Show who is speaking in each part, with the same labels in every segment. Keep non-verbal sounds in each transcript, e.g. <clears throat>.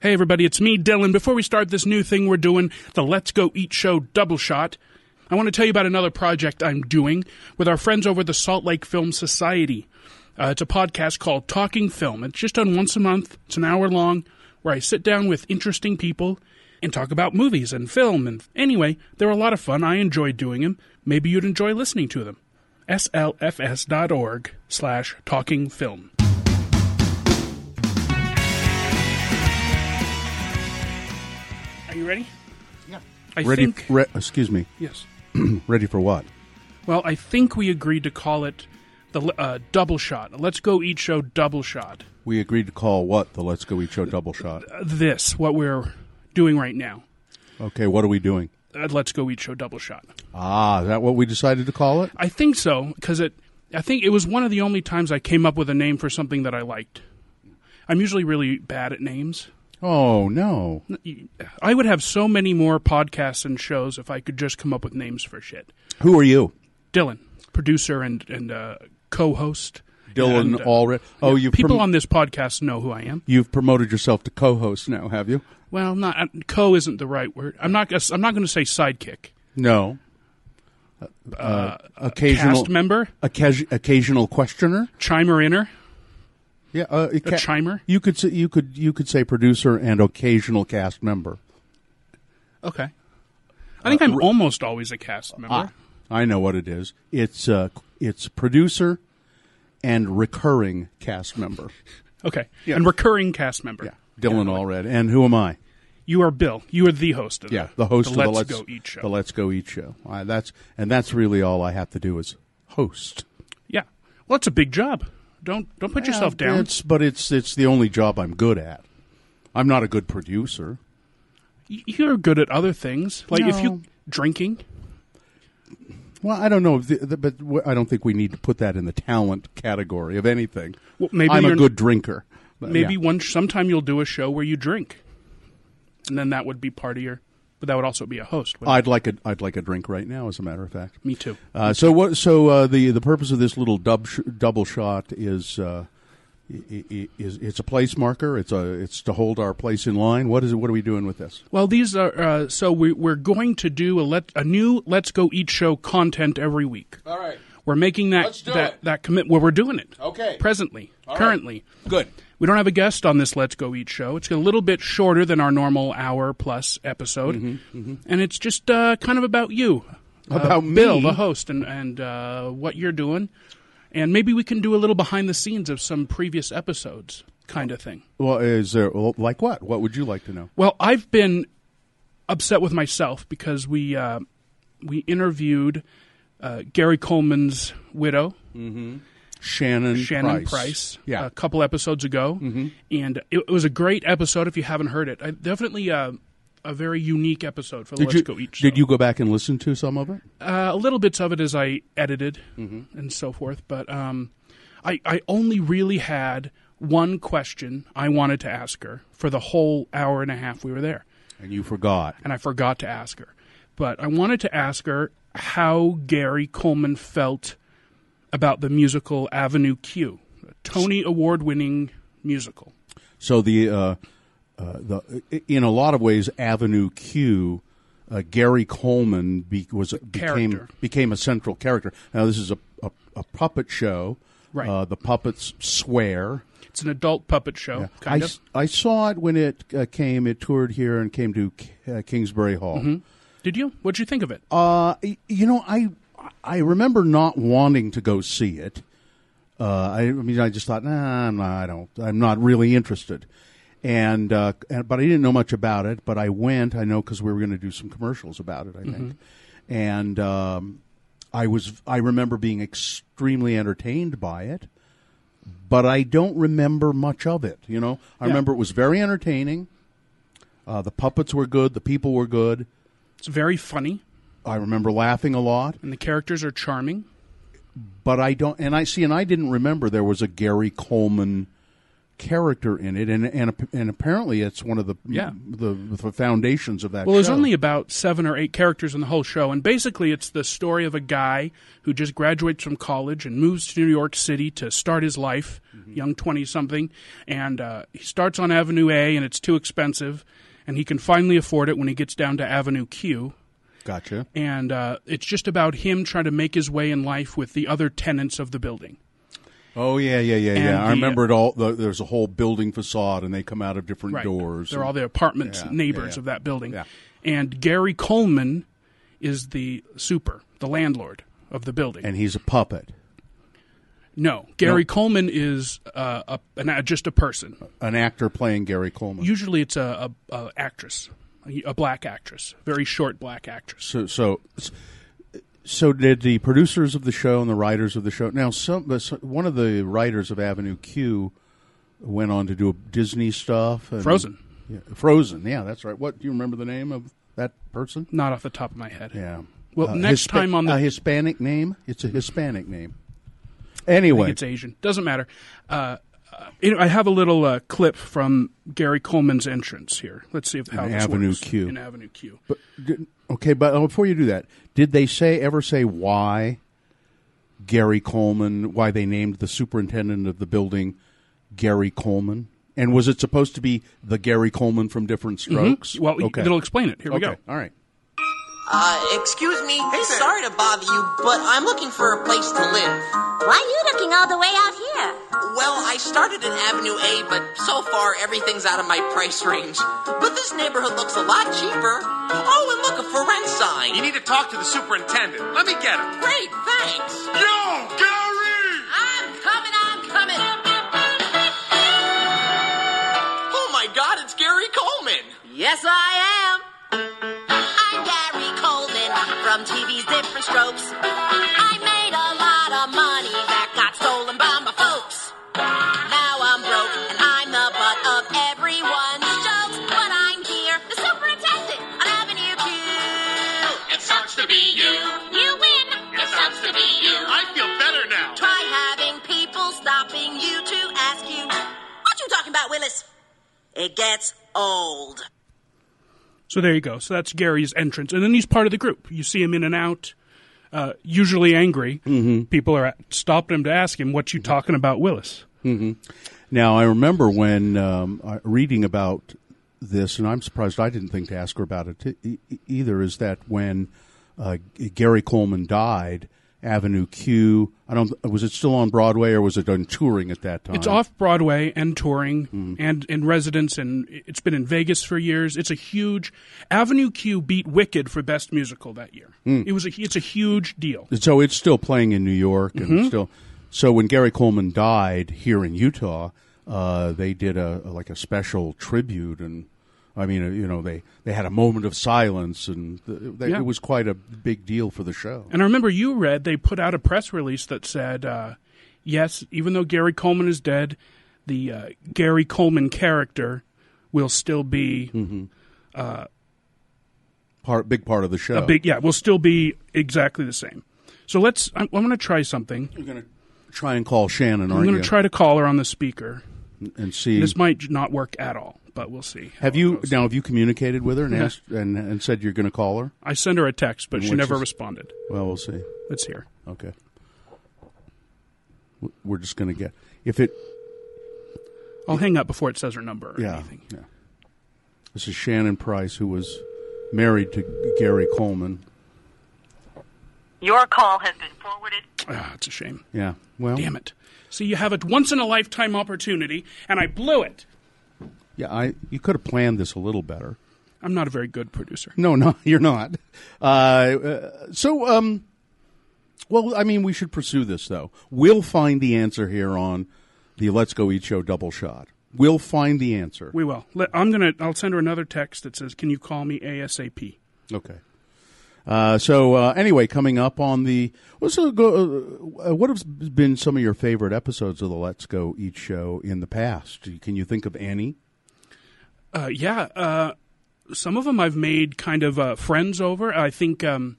Speaker 1: Hey, everybody, it's me, Dylan. Before we start this new thing we're doing, the Let's Go Eat Show Double Shot, I want to tell you about another project I'm doing with our friends over at the Salt Lake Film Society. Uh, it's a podcast called Talking Film. It's just done once a month, it's an hour long, where I sit down with interesting people and talk about movies and film. And anyway, they're a lot of fun. I enjoy doing them. Maybe you'd enjoy listening to them. slfs.org slash talking film. Are you ready?
Speaker 2: Yeah.
Speaker 1: I
Speaker 3: Ready?
Speaker 1: think
Speaker 3: Re- excuse me. <clears throat>
Speaker 1: yes.
Speaker 3: Ready for what?
Speaker 1: Well, I think we agreed to call it the uh, double shot. Let's go eat show double shot.
Speaker 3: We agreed to call what the Let's Go Eat Show double shot.
Speaker 1: Uh, This what we're doing right now.
Speaker 3: Okay, what are we doing?
Speaker 1: Uh, Let's go eat show double shot.
Speaker 3: Ah, is that what we decided to call it?
Speaker 1: I think so because it. I think it was one of the only times I came up with a name for something that I liked. I'm usually really bad at names.
Speaker 3: Oh no.
Speaker 1: I would have so many more podcasts and shows if I could just come up with names for shit.
Speaker 3: Who are you?
Speaker 1: Dylan, producer and and uh, co-host.
Speaker 3: Dylan
Speaker 1: and, uh,
Speaker 3: Allred. Oh, you've
Speaker 1: People
Speaker 3: prom-
Speaker 1: on this podcast know who I am.
Speaker 3: you've promoted yourself to co-host now, have you?
Speaker 1: Well, not uh, co isn't the right word. I'm not. I'm not going to say sidekick.
Speaker 3: No. Uh, occasional
Speaker 1: Cast member,
Speaker 3: occas- occasional questioner.
Speaker 1: chimer inner.
Speaker 3: Yeah, uh, a ca-
Speaker 1: chimer?
Speaker 3: You could say, you could you could say producer and occasional cast member.
Speaker 1: Okay. I
Speaker 3: Uh,
Speaker 1: think I'm almost always a cast member.
Speaker 3: Ah. I know what it is. It's uh, it's producer and recurring cast member.
Speaker 1: okay.
Speaker 3: Yeah.
Speaker 1: And recurring cast member.
Speaker 3: Yeah, Dylan Allred. And who am I?
Speaker 1: You are Bill. You are the host of
Speaker 3: Yeah, the host of the
Speaker 1: Let's
Speaker 3: Let's
Speaker 1: Go Eat Show.
Speaker 3: The Let's Go Eat Show. I, that's and that's really all I have to do is host.
Speaker 1: yeah. Well, it's a big job. Don't don't put yourself down.
Speaker 3: It's, but it's it's the only job I'm good at. I'm not a good producer.
Speaker 1: Y- You're good at other things. Like if
Speaker 3: No.
Speaker 1: you drinking.
Speaker 3: Well, I don't know, if the, the, but w- I don't think we need to put that in the talent category of anything.
Speaker 1: Well, maybe
Speaker 3: I'm
Speaker 1: you're-
Speaker 3: a good drinker. But,
Speaker 1: Maybe
Speaker 3: yeah.
Speaker 1: one sometime you'll do a show where you drink, and then that would be part of your. But that would also be a host. wouldn't
Speaker 3: I'd like a I'd like a drink right now. As a matter of fact.
Speaker 1: it? Me too.
Speaker 3: Uh, so what? So uh, the the purpose of this little dub sh- double shot is uh, i- i- is it's a place marker. It's a it's to hold our place in line. What is it? What are we doing with this?
Speaker 1: Well, these are uh, so we, we're going to do a let a new Let's Go Eat Show content every week.
Speaker 2: All right.
Speaker 1: We're making that
Speaker 2: Let's do
Speaker 1: that
Speaker 2: it.
Speaker 1: that commit. Well, we're doing it.
Speaker 2: Okay.
Speaker 1: Presently,
Speaker 2: All right.
Speaker 1: currently,
Speaker 2: Good.
Speaker 1: we don't have a guest on this Let's Go Eat Show. It's a little bit shorter than our normal hour plus episode, and it's just uh, kind of about you,
Speaker 3: About
Speaker 1: uh, Bill,
Speaker 3: me?
Speaker 1: the host, and and uh, what you're doing, and maybe we can do a little behind the scenes of some previous episodes, kind of thing.
Speaker 3: Well, is there well, like what? What would you like to know?
Speaker 1: Well, I've been upset with myself because we uh, we interviewed uh, Gary Coleman's widow,
Speaker 3: Shannon
Speaker 1: Shannon
Speaker 3: Price.
Speaker 1: Price, Uh, Mm-hmm.
Speaker 3: Yeah.
Speaker 1: a couple episodes ago, and it, it was a great episode. If you haven't heard it, I, definitely uh, a very unique episode for the
Speaker 3: did
Speaker 1: Let's
Speaker 3: you
Speaker 1: Go Eat Show.
Speaker 3: did you go back and listen to some of it?
Speaker 1: Uh, a little bits of it as I edited
Speaker 3: Mm-hmm.
Speaker 1: and so forth, but um, I, I only really had one question I wanted to ask her for the whole hour and a half we were there.
Speaker 3: And you forgot.
Speaker 1: and I forgot to ask her. But I wanted to ask her how Gary Coleman felt about the musical Avenue Q, a Tony Award winning musical.
Speaker 3: So the uh, uh, the in a lot of ways, Avenue Q, uh, Gary Coleman be, was became
Speaker 1: Character.
Speaker 3: became a central character. Now this is a a, a puppet show.
Speaker 1: Right.
Speaker 3: Uh, the puppets swear.
Speaker 1: It's an adult puppet show,
Speaker 3: I,
Speaker 1: kind of.
Speaker 3: s- I saw it when it uh, came. It toured here and came to K- uh, Kingsbury Hall.
Speaker 1: Mm-hmm. Did you? What'd you think of it?
Speaker 3: Uh, y- you know, I I remember not wanting to go see it. Uh, I, I mean, I just thought, nah, I'm not, I don't, I'm not really interested. And, uh, and but I didn't know much about it. But I went, I know, because we were going to do some commercials about it. I think, and um, I was, I remember being extremely entertained by it. But I don't remember much of it. You know, I
Speaker 1: Yeah.
Speaker 3: remember it was very entertaining. Uh, the puppets were good. The people were good.
Speaker 1: It's very funny,
Speaker 3: I remember laughing a lot,
Speaker 1: and the characters are charming.
Speaker 3: but I don't. And I see, and I didn't remember there was a Gary Coleman character in it, and and and apparently it's one of the
Speaker 1: Yeah.
Speaker 3: the, the foundations of that.
Speaker 1: Well, there's
Speaker 3: show.
Speaker 1: only about seven or eight characters in the whole show, and basically it's the story of a guy who just graduates from college and moves to New York City to start his life,
Speaker 3: Mm-hmm.
Speaker 1: young 20 something, and uh, he starts on Avenue A, and it's too expensive, and he can finally afford it when he gets down to Avenue Q.
Speaker 3: gotcha.
Speaker 1: And uh, it's just about him trying to make his way in life with the other tenants of the building.
Speaker 3: Oh yeah, yeah, yeah, yeah.
Speaker 1: And
Speaker 3: I
Speaker 1: the-
Speaker 3: remember it all. The, there's a whole building facade, and they come out of different
Speaker 1: Right.
Speaker 3: doors.
Speaker 1: They're all the apartments,
Speaker 3: Yeah,
Speaker 1: neighbors
Speaker 3: yeah, yeah.
Speaker 1: of that building.
Speaker 3: Yeah.
Speaker 1: And Gary Coleman is the super, the landlord of the building.
Speaker 3: and he's a puppet,
Speaker 1: no, Gary Coleman is uh, a, an, uh, just a person.
Speaker 3: an actor playing Gary Coleman.
Speaker 1: Usually, it's a, a, a actress, a, a black actress, very short black actress.
Speaker 3: so, so, so did the producers of the show and the writers of the show. Now, some one of the writers of Avenue Q went on to do Disney stuff. And,
Speaker 1: Frozen,
Speaker 3: Yeah, Frozen. Yeah, that's right. What do you remember the name of that person?
Speaker 1: not off the top of my head.
Speaker 3: Yeah. Uh,
Speaker 1: Well, next time on the-
Speaker 3: a Hispanic name. It's a Hispanic name.
Speaker 1: think
Speaker 3: Anyway,
Speaker 1: it's Asian. Doesn't matter. Uh, uh, you know, I have a little uh, clip from Gary Coleman's entrance here. Let's see if how
Speaker 3: In
Speaker 1: this
Speaker 3: Avenue
Speaker 1: works.
Speaker 3: Q.
Speaker 1: In Avenue Q.
Speaker 3: but, did- okay, but uh, before you do that, did they say ever say why Gary Coleman? Why they named the superintendent of the building Gary Coleman? And was it supposed to be the Gary Coleman from Different Strokes?
Speaker 1: Mm-hmm. Well,
Speaker 3: okay,
Speaker 1: it'll explain it. Here we
Speaker 3: okay,
Speaker 1: go.
Speaker 3: all right.
Speaker 2: Uh, excuse me. Sorry to bother you, but I'm looking for a place to live.
Speaker 4: Why are you looking all the way out here?
Speaker 2: Well, I started in Avenue A, but so far everything's out of my price range. But this neighborhood looks a lot cheaper. Oh, and look, a for rent
Speaker 5: You
Speaker 2: sign.
Speaker 5: need to talk to the superintendent. Let me get him.
Speaker 2: Great, thanks.
Speaker 5: Yo, Gary!
Speaker 2: I'm coming, I'm coming. Oh my god, it's Gary Coleman.
Speaker 6: Yes, I am. I'm Gary Coleman from TV's Different Strokes. I made a lot of money that got stolen by my folks. Now I'm broke and I'm the butt of everyone's jokes. But I'm here, the superintendent on Avenue Q.
Speaker 7: It sucks to be you.
Speaker 6: You win.
Speaker 7: It sucks to be you.
Speaker 5: I feel better now.
Speaker 6: Try having people stopping you to ask you, what you talking about, Willis? It gets old.
Speaker 1: So there you go. So that's Gary's entrance, and then he's part of the group. You see him in and out, uh, usually angry.
Speaker 3: Mm-hmm.
Speaker 1: People are at- stopping him to ask him, "What you talking about, Willis?"
Speaker 3: Now I remember when um, I- reading about this, and I'm surprised I didn't think to ask her about it t- e- e- either. Is that when uh, G- Gary Coleman died, Avenue Q? I don't. Was it still on Broadway or was it on touring at that time?
Speaker 1: It's off Broadway and touring and in residence, and it's been in Vegas for years. It's a huge Avenue Q beat Wicked for best musical that year. It was a, it's a huge deal.
Speaker 3: So it's still playing in New York and
Speaker 1: Mm-hmm.
Speaker 3: still. So when Gary Coleman died here in Utah, uh, they did a like a special tribute, and I mean, you know, they they had a moment of silence, and th- they,
Speaker 1: Yeah.
Speaker 3: it was quite a big deal for the show.
Speaker 1: And I remember you read they put out a press release that said, uh, "Yes, even though Gary Coleman is dead, the uh, Gary Coleman character will still be
Speaker 3: part big part of the show.
Speaker 1: a big yeah will still be exactly the same." So let's. I'm, I'm going to try something.
Speaker 3: You're gonna try and call Shannon,
Speaker 1: I'm
Speaker 3: aren't
Speaker 1: going
Speaker 3: you?
Speaker 1: to try to call her on the speaker.
Speaker 3: and see.
Speaker 1: This might j- not work at all, but we'll see.
Speaker 3: have you now? Have you communicated with her and asked and, and said you're going to call her?
Speaker 1: I sent her a text, but she
Speaker 3: what'd
Speaker 1: never
Speaker 3: she s-
Speaker 1: responded.
Speaker 3: Well, we'll see.
Speaker 1: Let's hear.
Speaker 3: Okay. W- We're just going to get if it.
Speaker 1: I'll hang up before it says her number or
Speaker 3: Yeah,
Speaker 1: anything.
Speaker 3: yeah. This is Shannon Price, who was married to Gary Coleman.
Speaker 8: Your call has been forwarded.
Speaker 1: Ah, it's a shame.
Speaker 3: Yeah. Well.
Speaker 1: Damn it. See, you have a once in a lifetime opportunity, and I blew it.
Speaker 3: Yeah. I. You could have planned this a little better.
Speaker 1: I'm not a very good producer.
Speaker 3: No, no, <laughs> you're not. Uh, uh, so, um, well, I mean, we should pursue this though. We'll find the answer here on the Let's Go Eat Show double shot. We'll find the answer.
Speaker 1: We will. Let, I'm gonna. I'll send her another text that says, "Can you call me ASAP?"
Speaker 3: Okay. Uh, so uh, anyway, coming up on the what's the go, uh, what have been some of your favorite episodes of the Let's Go Eat Show in the past? Can you think of any?
Speaker 1: Uh, yeah. Uh, some of them I've made kind of uh, friends over. I think um,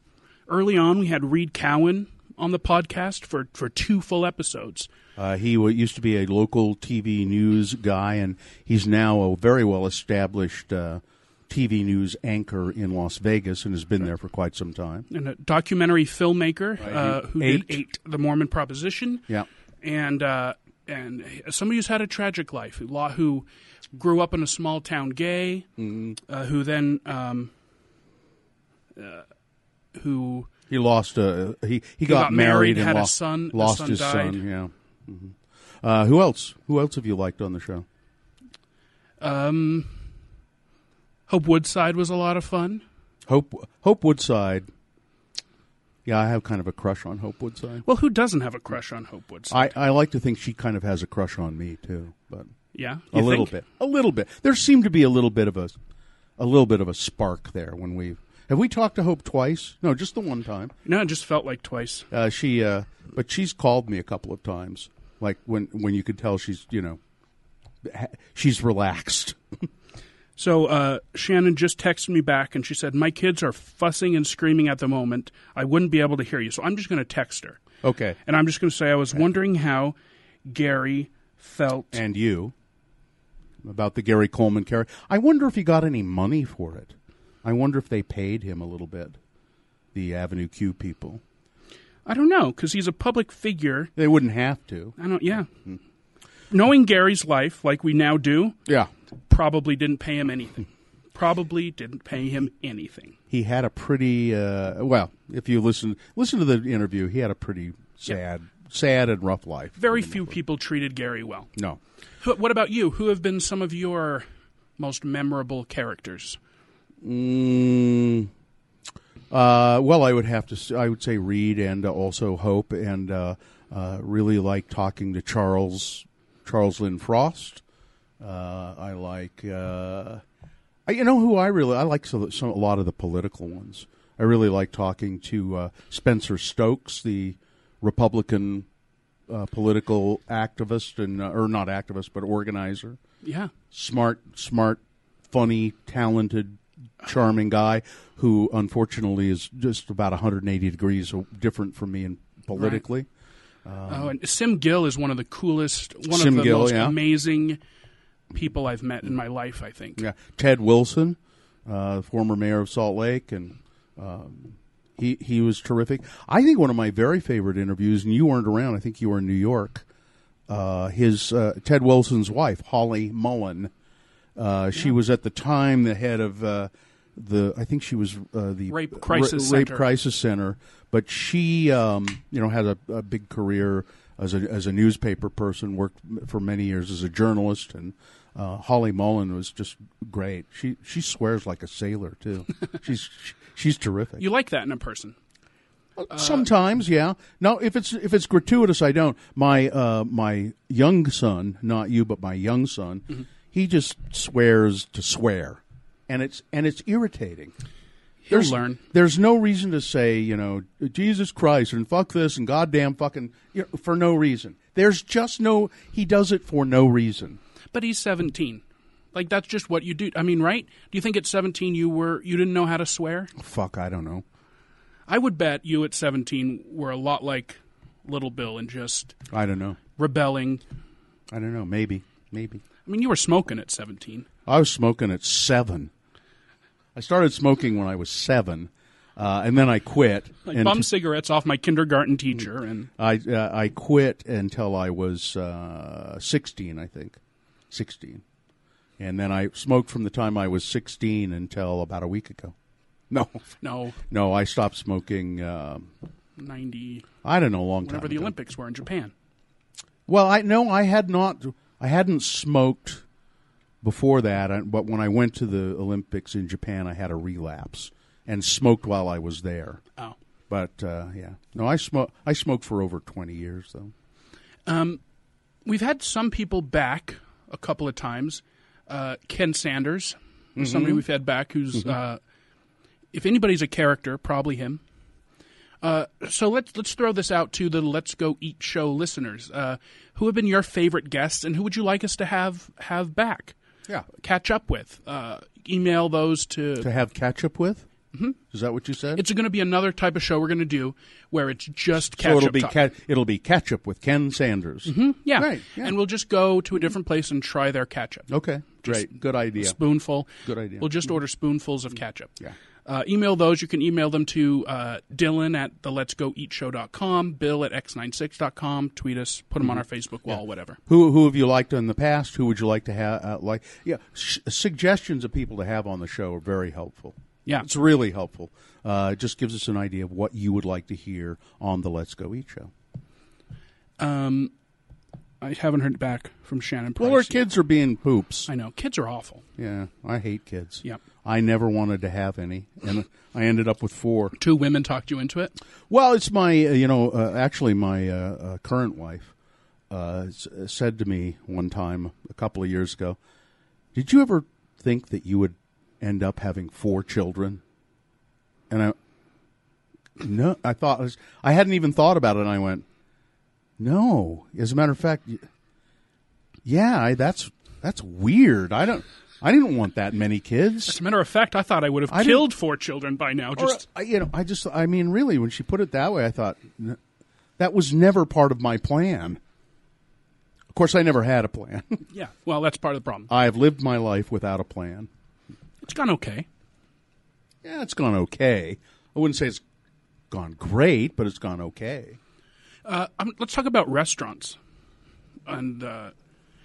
Speaker 1: early on we had Reed Cowan on the podcast for, for two full episodes.
Speaker 3: Uh, he w- used to be a local TV news guy, and he's now a very well established uh, TV news anchor in Las Vegas and has been there for quite some time.
Speaker 1: And a documentary filmmaker uh, who
Speaker 3: Eight.
Speaker 1: did Eight, The Mormon Proposition.
Speaker 3: Yeah.
Speaker 1: And, uh, and somebody who's had a tragic life, who, lo- who grew up in a small town gay,
Speaker 3: Mm-hmm.
Speaker 1: uh, who then. Um, uh, who
Speaker 3: He lost a he, he, got,
Speaker 1: got married,
Speaker 3: and
Speaker 1: had a
Speaker 3: lost,
Speaker 1: son, the
Speaker 3: lost
Speaker 1: son
Speaker 3: his
Speaker 1: died.
Speaker 3: son. Yeah. Mhm. Uh, who else? Who else have you liked on the show?
Speaker 1: Hope Woodside was a lot of fun.
Speaker 3: Hope Hope Woodside. Yeah, I have kind of a crush on Hope Woodside.
Speaker 1: Well, who doesn't have a crush on Hope Woodside?
Speaker 3: I, I like to think she kind of has a crush on me too, but
Speaker 1: yeah,
Speaker 3: a
Speaker 1: you
Speaker 3: little
Speaker 1: think?
Speaker 3: bit, a little bit. There seemed to be a little bit of a, a little bit of a spark there when we have we talked to Hope twice. No, just the one time.
Speaker 1: No, it just felt like twice.
Speaker 3: Uh, she, uh, but she's called me a couple of times, like when when you could tell she's you know, ha- she's relaxed.
Speaker 1: So uh, Shannon just texted me back and she said, My kids are fussing and screaming at the moment. I wouldn't be able to hear you. So I'm just going to text her.
Speaker 3: Okay,
Speaker 1: And I'm just going to say, I was wondering how Gary felt.
Speaker 3: and you about the Gary Coleman character. I wonder if he got any money for it. I wonder if they paid him a little bit. The Avenue Q people.
Speaker 1: I don't know, because he's a public figure.
Speaker 3: They wouldn't have to.
Speaker 1: I don't, yeah.
Speaker 3: Mm-hmm.
Speaker 1: Knowing Gary's life, like we now do,
Speaker 3: Yeah.
Speaker 1: probably didn't pay him
Speaker 3: <laughs>
Speaker 1: anything. probably didn't pay him anything.
Speaker 3: He had a pretty uh, well, if you listen listen to the interview, he had a pretty sad sad and rough life.
Speaker 1: Very few people treated Gary well.
Speaker 3: No.
Speaker 1: Wh- What about you? Who have been some of your most memorable characters?
Speaker 3: Mm, uh, well, I would have to. s- I would say Reed and uh, also Hope, and uh, uh, really like talking to Charles Charles Lynn Frost. Uh, I like. Uh, I, you know who I really I like some, some a lot of the political ones. I really like talking to uh, Spencer Stokes, the Republican uh, political activist and uh, or not activist but organizer
Speaker 1: Yeah.
Speaker 3: smart, smart, funny, talented, charming guy who unfortunately is just about 180 degrees different from me in politically.
Speaker 1: Oh, and Sim Gill is one of the coolest, one
Speaker 3: Um, Sim
Speaker 1: of the
Speaker 3: Gill,
Speaker 1: most
Speaker 3: yeah.
Speaker 1: amazing people I've met in my life. I think.
Speaker 3: Yeah, Ted Wilson, uh, former mayor of Salt Lake, and um, he he was terrific. I think one of my very favorite interviews, and you weren't around. I think you were in New York. Uh, his uh, Ted Wilson's wife, Holly Mullen. Uh, She was at the time the head of uh, the. I think she was uh, the
Speaker 1: Rape Crisis
Speaker 3: Rape
Speaker 1: Center.
Speaker 3: Crisis Center, but she, um, you know, had a, a big career as a as a newspaper person. Worked m- for many years as a journalist, and uh, Holly Mullen was just great. She she swears like a sailor too. she's she's terrific.
Speaker 1: You like that in a person?
Speaker 3: Sometimes, yeah. No, if it's if it's gratuitous, I don't. My uh, my young son, not you, but my young son, he just swears to swear, and it's and it's irritating.
Speaker 1: He'll learn.
Speaker 3: There's no reason to say you know Jesus Christ and fuck this and goddamn fucking you know, for no reason. There's just no. He does it for no reason.
Speaker 1: But he's seventeen. Like that's just what you do. I mean, right? Do you think at seventeen you were you didn't know how to swear?
Speaker 3: Fuck, I don't know.
Speaker 1: I would bet you at seventeen were a lot like Little Bill and just
Speaker 3: I don't know.
Speaker 1: rebelling.
Speaker 3: I don't know. Maybe, maybe.
Speaker 1: I mean, you were smoking at seventeen.
Speaker 3: I was smoking at seven. I started smoking when I was seven, uh, and then I quit.
Speaker 1: Like
Speaker 3: and
Speaker 1: bum cigarettes off my kindergarten teacher, and
Speaker 3: I uh, I quit until I was uh, sixteen, I think, sixteen, and then I smoked from the time I was sixteen until about a week ago. <laughs> No,
Speaker 1: no
Speaker 3: no, I stopped smoking. Um,
Speaker 1: ninety
Speaker 3: I don't know, a long time.
Speaker 1: whenever the
Speaker 3: ago.
Speaker 1: Olympics were in Japan.
Speaker 3: Well, I no, I had not. I hadn't smoked before that, I- but when I went to the Olympics in Japan, I had a relapse and smoked while I was there.
Speaker 1: Oh.
Speaker 3: But uh, yeah, no, I smoke. I smoked for over twenty years, though.
Speaker 1: we've had some people back a couple of times. Uh, Ken Sanders,
Speaker 3: Mm-hmm.
Speaker 1: is somebody we've had back who's, uh, if anybody's a character, probably him. Uh, so let's let's throw this out to the Let's Go Eat Show listeners. Uh, who have been your favorite guests, and who would you like us to have have back?
Speaker 3: Yeah,
Speaker 1: Catch up with. Uh, email those to
Speaker 3: to have catch up with. Is that what you said?
Speaker 1: Mm-hmm. It's going to be another type of show we're going to do where it's just catch
Speaker 3: so it'll
Speaker 1: up
Speaker 3: be
Speaker 1: talk. Mm-hmm.
Speaker 3: ca- it'll be catch up with Ken Sanders.
Speaker 1: yeah.
Speaker 3: Right, yeah.
Speaker 1: and we'll just go to a different place and try their ketchup.
Speaker 3: Okay, great, good idea.
Speaker 1: spoonful.
Speaker 3: Good idea.
Speaker 1: We'll just order spoonfuls of ketchup.
Speaker 3: Yeah.
Speaker 1: Uh, email those. You can email them to uh, Dylan at the Let's Go Eat Show.com, Bill at X96.com. Tweet us, put
Speaker 3: Mm-hmm.
Speaker 1: them on our Facebook wall, whatever.
Speaker 3: Who who have you liked in the past? Who would you like to have uh, like? Yeah, sh- suggestions of people to have on the show are very helpful.
Speaker 1: Yeah.
Speaker 3: it's really helpful. Uh, it just gives us an idea of what you would like to hear on the Let's Go Eat show.
Speaker 1: I haven't heard back from Shannon Price.
Speaker 3: Well, our
Speaker 1: yet.
Speaker 3: kids are being poops.
Speaker 1: I know. Kids are awful.
Speaker 3: Yeah, I hate kids.
Speaker 1: Yep.
Speaker 3: I never wanted to have any, and I ended up with four.
Speaker 1: Two women talked you into it.
Speaker 3: Well, it's my, uh, you know, uh, actually, my uh, uh, current wife uh, s- uh, said to me one time a couple of years ago, "Did you ever think that you would end up having four children?" And I, no, I thought I, was, I hadn't even thought about it. And I went, "No, as a matter of fact, y- yeah, I, that's that's weird. I don't, I didn't want that many kids."
Speaker 1: As a matter of fact, I thought I would have
Speaker 3: I didn't-
Speaker 1: killed four children by now.
Speaker 3: Or,
Speaker 1: Just
Speaker 3: I- you know, I just, I mean, really, when she put it that way, I thought "N- that was never part of my plan. Of course, I never had a plan. <laughs>
Speaker 1: yeah. Well, that's part of the problem.
Speaker 3: I've lived my life without a plan.
Speaker 1: It's gone okay.
Speaker 3: Yeah, it's gone okay. I wouldn't say it's gone great, but it's gone okay.
Speaker 1: Um, let's talk about restaurants. And uh,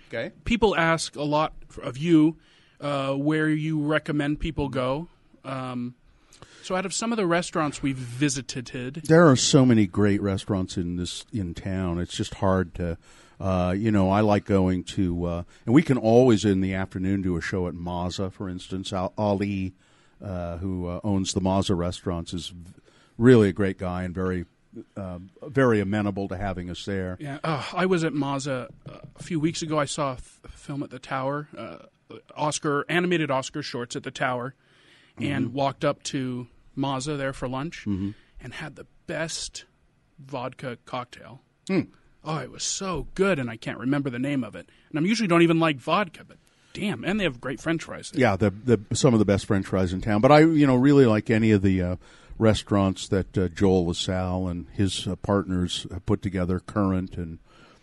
Speaker 3: Okay.
Speaker 1: people ask a lot of you uh, where you recommend people go. Um, so, out of some of the restaurants we've visited,
Speaker 3: There are so many great restaurants in this in town. It's just hard to, uh, you know. I like going to, uh, and we can always in the afternoon do a show at Mazza, for instance. Al- Ali, uh, who uh, owns the Mazza restaurants, is v- really a great guy and very, uh, very amenable to having us there.
Speaker 1: yeah, uh, I was at Mazza uh, a few weeks ago. I saw a f- film at the Tower, uh, Oscar animated Oscar shorts at the Tower, and walked up to Mazza there for lunch and had the best vodka cocktail. Oh, it was so good, and I can't remember the name of it. And I usually don't even like vodka, but damn, and they have great French fries. There.
Speaker 3: Yeah, the the some of the best French fries in town. But I, you know, really like any of the uh, restaurants that uh, Joel LaSalle and his uh, partners have put together, Current and.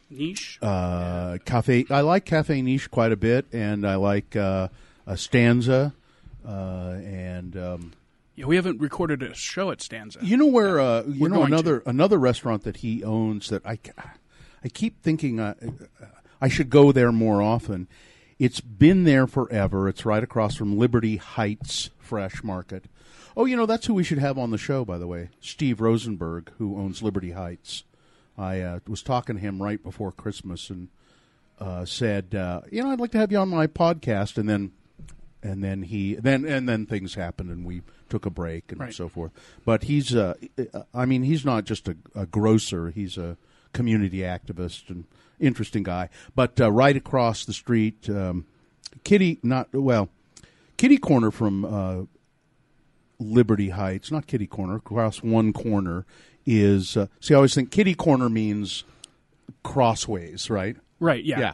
Speaker 1: Niche.
Speaker 3: uh, cafe. I like Cafe Niche quite a bit, and I like uh, a Stanza. Uh, and um,
Speaker 1: Yeah, we haven't recorded a show at Stanza.
Speaker 3: you know where uh, you
Speaker 1: We're
Speaker 3: know
Speaker 1: going
Speaker 3: another another restaurant that he owns that I ca- I keep thinking I, I should go there more often. It's been there forever. It's right across from Liberty Heights Fresh Market. Oh, you know that's who we should have on the show, by the way. Steve Rosenberg, who owns Liberty Heights. I uh, was talking to him right before Christmas, and uh, said, uh, "You know, I'd like to have you on my podcast." And then, and then he then and then things happened, and we took a break and
Speaker 1: Right.
Speaker 3: so forth. But he's, uh, I mean, he's not just a, a grocer; he's a community activist and interesting guy. But uh, right across the street, um, Kitty, not well, Kitty Corner from uh, Liberty Heights, not Kitty Corner, across one corner is. Uh, see, I always think Kitty Corner means crossways, right?
Speaker 1: right, yeah.
Speaker 3: Yeah.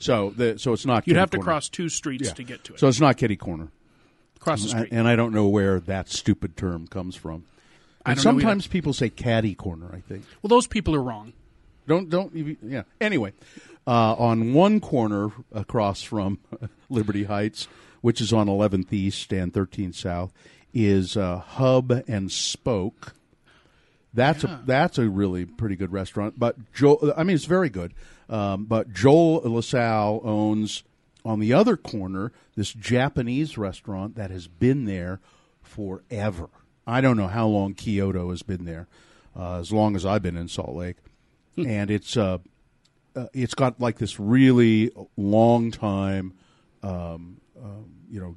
Speaker 3: So the so it's not.
Speaker 1: You'd
Speaker 3: kitty
Speaker 1: have to
Speaker 3: corner.
Speaker 1: cross two streets
Speaker 3: Yeah.
Speaker 1: to get to it.
Speaker 3: So it's not kitty corner,
Speaker 1: cross the
Speaker 3: I-
Speaker 1: street.
Speaker 3: and I don't know where that stupid term comes from. And
Speaker 1: don't know either.
Speaker 3: sometimes people say caddy corner. I think
Speaker 1: well, those people are wrong.
Speaker 3: don't don't even- yeah. Anyway, uh, on one corner across from <laughs> Liberty Heights, which is on 11th East and 13th South, is uh, Hub and Spoke. That's a that's a really pretty good restaurant. But Joel, I mean, it's very good. Um, but Joel LaSalle owns on the other corner this Japanese restaurant that has been there forever. I don't know how long Kyoto has been there, uh, as long as I've been in Salt Lake, and it's uh, uh, it's got like this really long time, um, um, you know,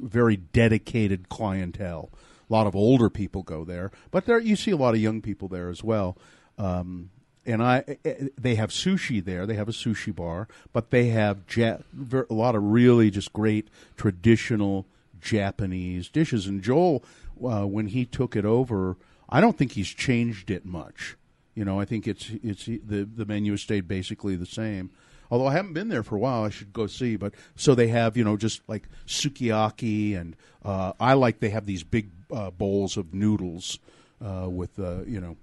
Speaker 3: very dedicated clientele. A lot of older people go there, but there you see a lot of young people there as well. Um, and I, eh, they have sushi there. They have a sushi bar, but they have ja- ver- a lot of really just great traditional Japanese dishes. And Joel, uh, when he took it over, I don't think he's changed it much. You know, I think it's it's the the menu has stayed basically the same. Although I haven't been there for a while, I should go see. But so they have, you know, just like sukiyaki, and uh, I like they have these big uh, bowls of noodles uh, with uh, you know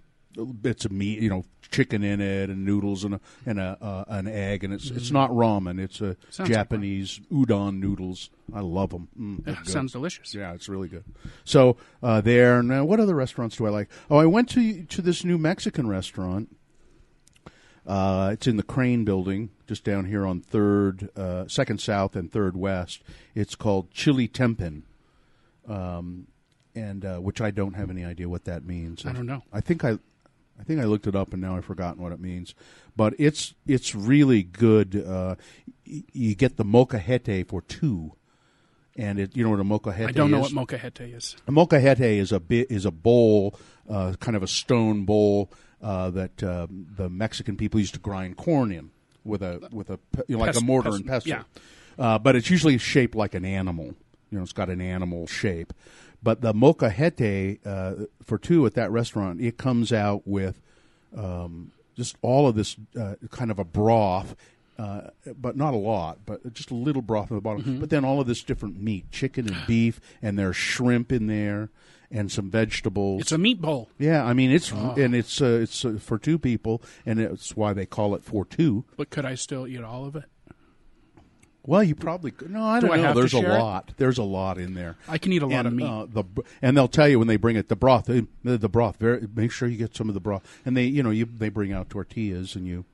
Speaker 3: bits of meat, you know, chicken in it, and noodles and a, and a uh, an egg, and it's it's not ramen. It's a
Speaker 1: Mm-hmm. Sounds like
Speaker 3: Japanese udon noodles. I love them. Mm, they're
Speaker 1: Yeah,
Speaker 3: good.
Speaker 1: sounds delicious.
Speaker 3: Yeah, it's really good. So uh, there, and uh, what other restaurants do I like? Oh, I went to to this new Mexican restaurant. Uh, it's in the Crane Building, just down here on Third, uh, Second South and Third West. It's called Chili Tempin, um, and uh, which I don't have any idea what that means.
Speaker 1: I don't know.
Speaker 3: I think I, I think I looked it up, and now I've forgotten what it means. But it's it's really good. Uh, y- you get the molcajete for two, and it you know what a molcajete
Speaker 1: I don't know
Speaker 3: is?
Speaker 1: what molcajete is.
Speaker 3: A molcajete is a bit is a bowl, uh, kind of a stone bowl uh, that uh, the Mexican people used to grind corn in with a with a pe- you know, like a
Speaker 1: Pes-
Speaker 3: mortar
Speaker 1: pes-
Speaker 3: and pestle.
Speaker 1: yeah.
Speaker 3: Uh, but it's usually shaped like an animal. You know, it's got an animal shape. But the molcajete uh, for two at that restaurant, it comes out with um, just all of this uh, kind of a broth, uh, but not a lot, but just a little broth at the bottom.
Speaker 1: Mm-hmm.
Speaker 3: But then all of this different meat, chicken and beef, and there's shrimp in there, and some vegetables.
Speaker 1: It's a Ah. meat bowl.
Speaker 3: yeah, I mean it's and it's uh, it's uh, for two people, and it's why they call it for two.
Speaker 1: But could I still eat all of it?
Speaker 3: Well, you probably could. no. I
Speaker 1: Do
Speaker 3: don't
Speaker 1: I
Speaker 3: know.
Speaker 1: have to
Speaker 3: There's a
Speaker 1: share it?
Speaker 3: lot. There's a lot in there.
Speaker 1: I can eat a lot
Speaker 3: and,
Speaker 1: of meat.
Speaker 3: Uh, the br- and they'll tell you when they bring it the broth. eh, The, the broth. Very, make sure you get some of the broth. And they, you know, you they bring out tortillas and you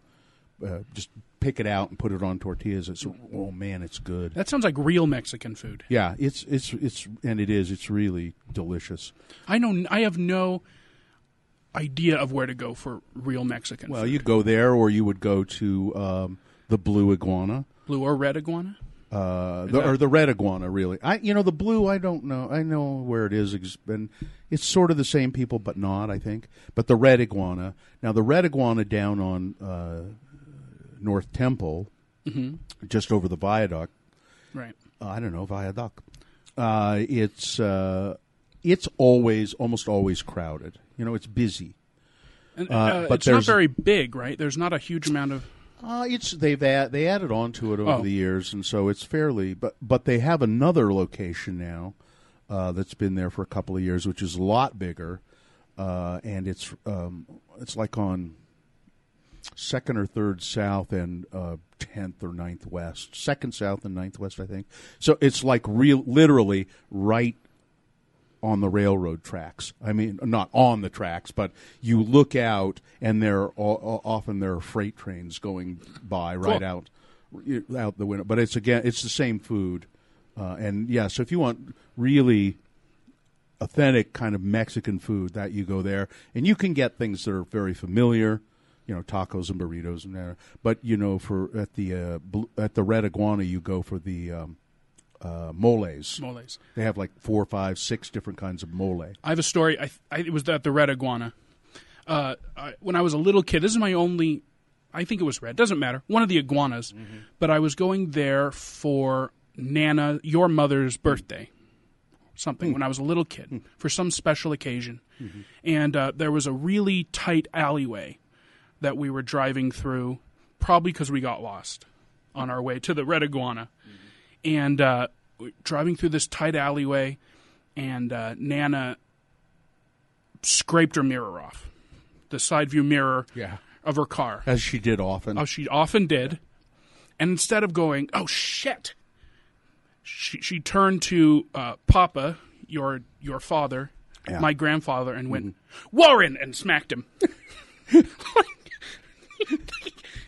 Speaker 3: uh, just pick it out and put it on tortillas. It's oh man, it's good.
Speaker 1: That sounds like real Mexican food.
Speaker 3: Yeah, it's it's it's and it is. It's really delicious.
Speaker 1: I know. I have no idea of where to go for real Mexican.
Speaker 3: Well,
Speaker 1: food.
Speaker 3: you go there, or you would go to um, the Blue Iguana.
Speaker 1: blue or red iguana?
Speaker 3: Uh, the, or the red iguana, really. I, you know, the blue. I don't know. I know where it is, ex- and it's sort of the same people, but not. I think. But the red iguana. Now, the red iguana down on uh, North Temple, just over the viaduct.
Speaker 1: Right.
Speaker 3: uh, I don't know viaduct. Uh, it's uh, it's always almost always crowded. You know, it's busy.
Speaker 1: And, uh,
Speaker 3: but
Speaker 1: it's not
Speaker 3: there's-
Speaker 1: very big, right? There's not a huge amount of.
Speaker 3: Uh, it's they've add, they added on to it over
Speaker 1: Oh.
Speaker 3: the years, and so it's fairly. But but they have another location now uh, that's been there for a couple of years, which is a lot bigger, uh, and it's um, it's like on second or third south and uh, tenth or ninth west, second south and ninth west, I think. So it's like real, literally right on the railroad tracks. I mean, not on the tracks, but you look out, and there are, o- often there are freight trains going by right
Speaker 1: Cool.
Speaker 3: out out the window. But it's again, it's the same food, uh, and yeah. So if you want really authentic kind of Mexican food, that you go there, and you can get things that are very familiar. You know tacos and burritos and that, but you know for at the uh, bl- at the Red Iguana you go for the um, uh, moles.
Speaker 1: Moles.
Speaker 3: They have like four, five, six different kinds of mole.
Speaker 1: I have a story. I, I it was at the red iguana. Uh, I, when I was a little kid, this is my only. I think it was red. Doesn't matter. One of the iguanas. But I was going there for Nana, your mother's birthday, something. When I was a little kid, for some special occasion, and uh, there was a really tight alleyway that we were driving through, probably because we got lost on our way to the red iguana, and uh, we're driving through this tight alleyway, and uh, Nana scraped her mirror off, the side view mirror
Speaker 3: Yeah.
Speaker 1: of her car,
Speaker 3: As she did often.
Speaker 1: as she often did. And instead of going, "Oh shit," she she turned to uh, Papa, your your father,
Speaker 3: Yeah. Mm-hmm.
Speaker 1: my grandfather, and went, "Warren," and smacked him. <laughs>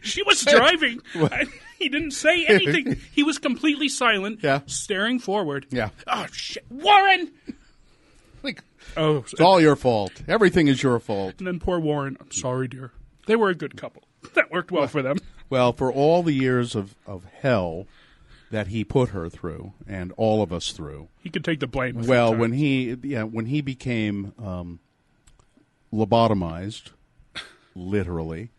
Speaker 1: she was driving. I- he didn't say
Speaker 3: <laughs>
Speaker 1: anything. He was completely silent,
Speaker 3: Yeah.
Speaker 1: staring forward.
Speaker 3: Yeah. <laughs>
Speaker 1: Oh shit, Warren!
Speaker 3: Like,
Speaker 1: Oh,
Speaker 3: it's all your fault. Everything is your fault.
Speaker 1: And then poor Warren, I'm sorry, dear. They were a good couple. That worked well for them.
Speaker 3: Well, for all the years of, of hell that he put her through and all of us through.
Speaker 1: He could take the blame. a few
Speaker 3: Well,
Speaker 1: times.
Speaker 3: when he yeah, when he became um, lobotomized, literally,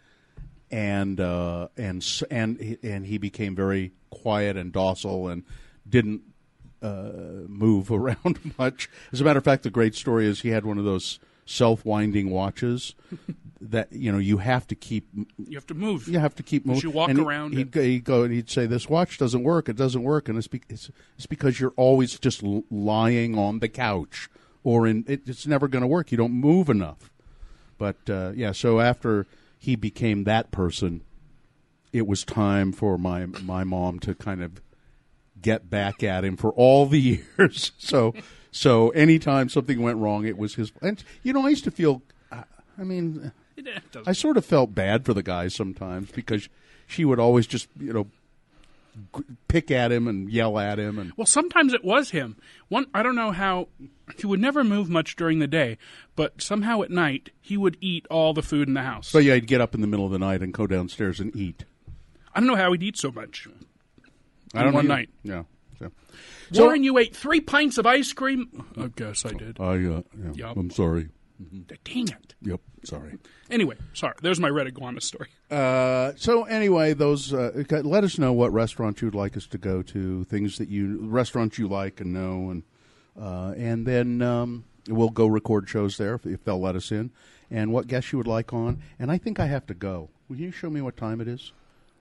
Speaker 3: and uh, and s- and and he became very quiet and docile and didn't uh, move <laughs> around much. As a matter of fact, the great story is he had one of those self-winding watches <laughs> that you know you have to keep
Speaker 1: you have to move.
Speaker 3: you have to keep moving.
Speaker 1: you walk
Speaker 3: and he-
Speaker 1: around
Speaker 3: He'd,
Speaker 1: and-
Speaker 3: go- he'd go and he'd say, "This watch doesn't work. It doesn't work." And it's, be- it's, it's because you're always just l- lying on the couch or in it, it's never going to work. You don't move enough. But uh, yeah, so after he became that person, it was time for my my mom to kind of get back at him for all the <laughs> years. so so anytime something went wrong, it was his. And you know, I used to feel. I, I mean, I sort of felt bad for the guy sometimes because she would always just you know g- pick at him and yell at him and
Speaker 1: <laughs> Well, sometimes it was him. One, I don't know how he would never move much during the day, but somehow at night he would eat all the food in the house.
Speaker 3: so yeah, he'd get up in the middle of the night and go downstairs and eat.
Speaker 1: I don't know how he'd eat so much.
Speaker 3: I don't
Speaker 1: one
Speaker 3: know.
Speaker 1: night.
Speaker 3: Yeah. So,
Speaker 1: Warren, you ate three pints of ice cream. I guess I did.
Speaker 3: I, uh, yeah,
Speaker 1: Yup.
Speaker 3: I'm sorry.
Speaker 1: Dang it.
Speaker 3: Yep. Sorry.
Speaker 1: Anyway, sorry. There's my red iguana
Speaker 3: <laughs>
Speaker 1: story.
Speaker 3: Oh, Uh, so anyway, those uh, c- let us know what restaurants you'd like us to go to, things that you restaurants you like and know, and uh, and then um, we'll go record shows there if, if they'll let us in, and what guests you would like on. And I think I have to go. Will you show me what time it is,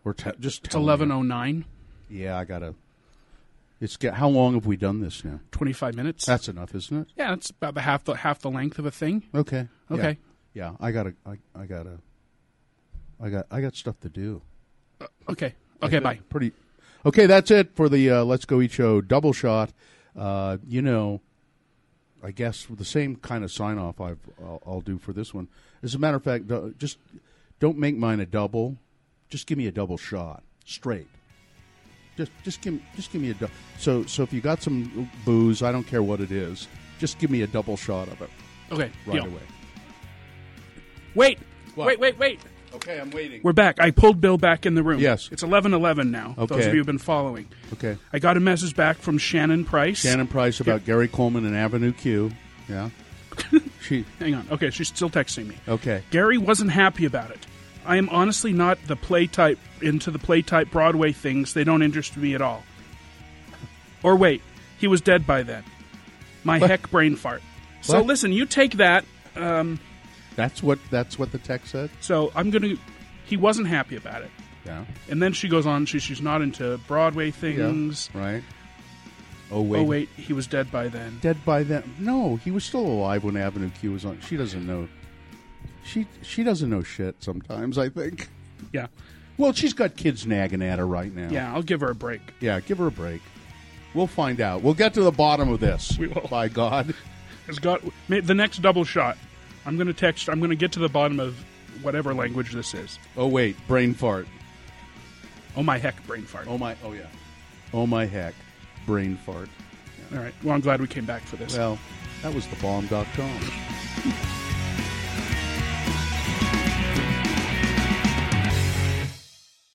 Speaker 3: or te- just
Speaker 1: It's
Speaker 3: tell me?
Speaker 1: 11.09,
Speaker 3: Yeah, I gotta. It's get, how long have we done this now?
Speaker 1: 25 minutes.
Speaker 3: That's enough, isn't it?
Speaker 1: yeah, that's about the half the half the length of a thing.
Speaker 3: Okay. Yeah.
Speaker 1: Okay.
Speaker 3: Yeah, I gotta. I, I gotta. I got. I got stuff to do.
Speaker 1: Okay. Okay, bye.
Speaker 3: pretty. Okay, that's it for the uh, Let's Go Eat Show double shot. Uh, you know, I guess the same kind of sign off I've, I'll, I'll do for this one. As a matter of fact, do- just don't make mine a double. Just give me a double shot straight. Just just give me- just give me a double. So so if you got some booze, I don't care what it is. Just give me a double shot of it
Speaker 1: Okay,
Speaker 3: right
Speaker 1: deal.
Speaker 3: away.
Speaker 1: Wait.
Speaker 3: What?
Speaker 1: Wait, wait, wait.
Speaker 3: Okay, I'm waiting.
Speaker 1: We're back. I pulled Bill back in the room.
Speaker 3: Yes.
Speaker 1: It's 11.11 now,
Speaker 3: Okay.
Speaker 1: those of you who've been following.
Speaker 3: okay.
Speaker 1: I got a message back from Shannon Price.
Speaker 3: Shannon Price about Gary Coleman and Avenue Q.
Speaker 1: <laughs>
Speaker 3: Yeah. she
Speaker 1: Hang on. Okay, she's still texting me.
Speaker 3: okay.
Speaker 1: Gary wasn't happy about it. I am honestly not the play type into the play type Broadway things. They don't interest me at all. Or wait, he was dead by then. My
Speaker 3: What?
Speaker 1: heck brain fart. So
Speaker 3: What?
Speaker 1: listen, you take that.
Speaker 3: That's what that's what the text said.
Speaker 1: So I'm gonna. He wasn't happy about it,
Speaker 3: Yeah.
Speaker 1: and then she goes on. She, she's not into Broadway things.
Speaker 3: Right. Oh wait.
Speaker 1: Oh wait, he was dead by then.
Speaker 3: Dead by then. No, he was still alive when Avenue Q was on. She doesn't know. She she doesn't know shit sometimes, I think.
Speaker 1: Yeah,
Speaker 3: Well, she's got kids nagging at her right now.
Speaker 1: yeah. I'll give her a break.
Speaker 3: Yeah, give her a break. We'll find out. We'll get to the bottom of this.
Speaker 1: We will.
Speaker 3: By God.
Speaker 1: Has got ma- the next double shot. I'm gonna text. I'm gonna get to the bottom of whatever language this is.
Speaker 3: Oh wait, brain fart.
Speaker 1: Oh my heck, brain fart.
Speaker 3: Oh my. Oh yeah. Oh my heck, brain fart.
Speaker 1: All right. Well, I'm glad we came back for this.
Speaker 3: Well, that was the bomb.com.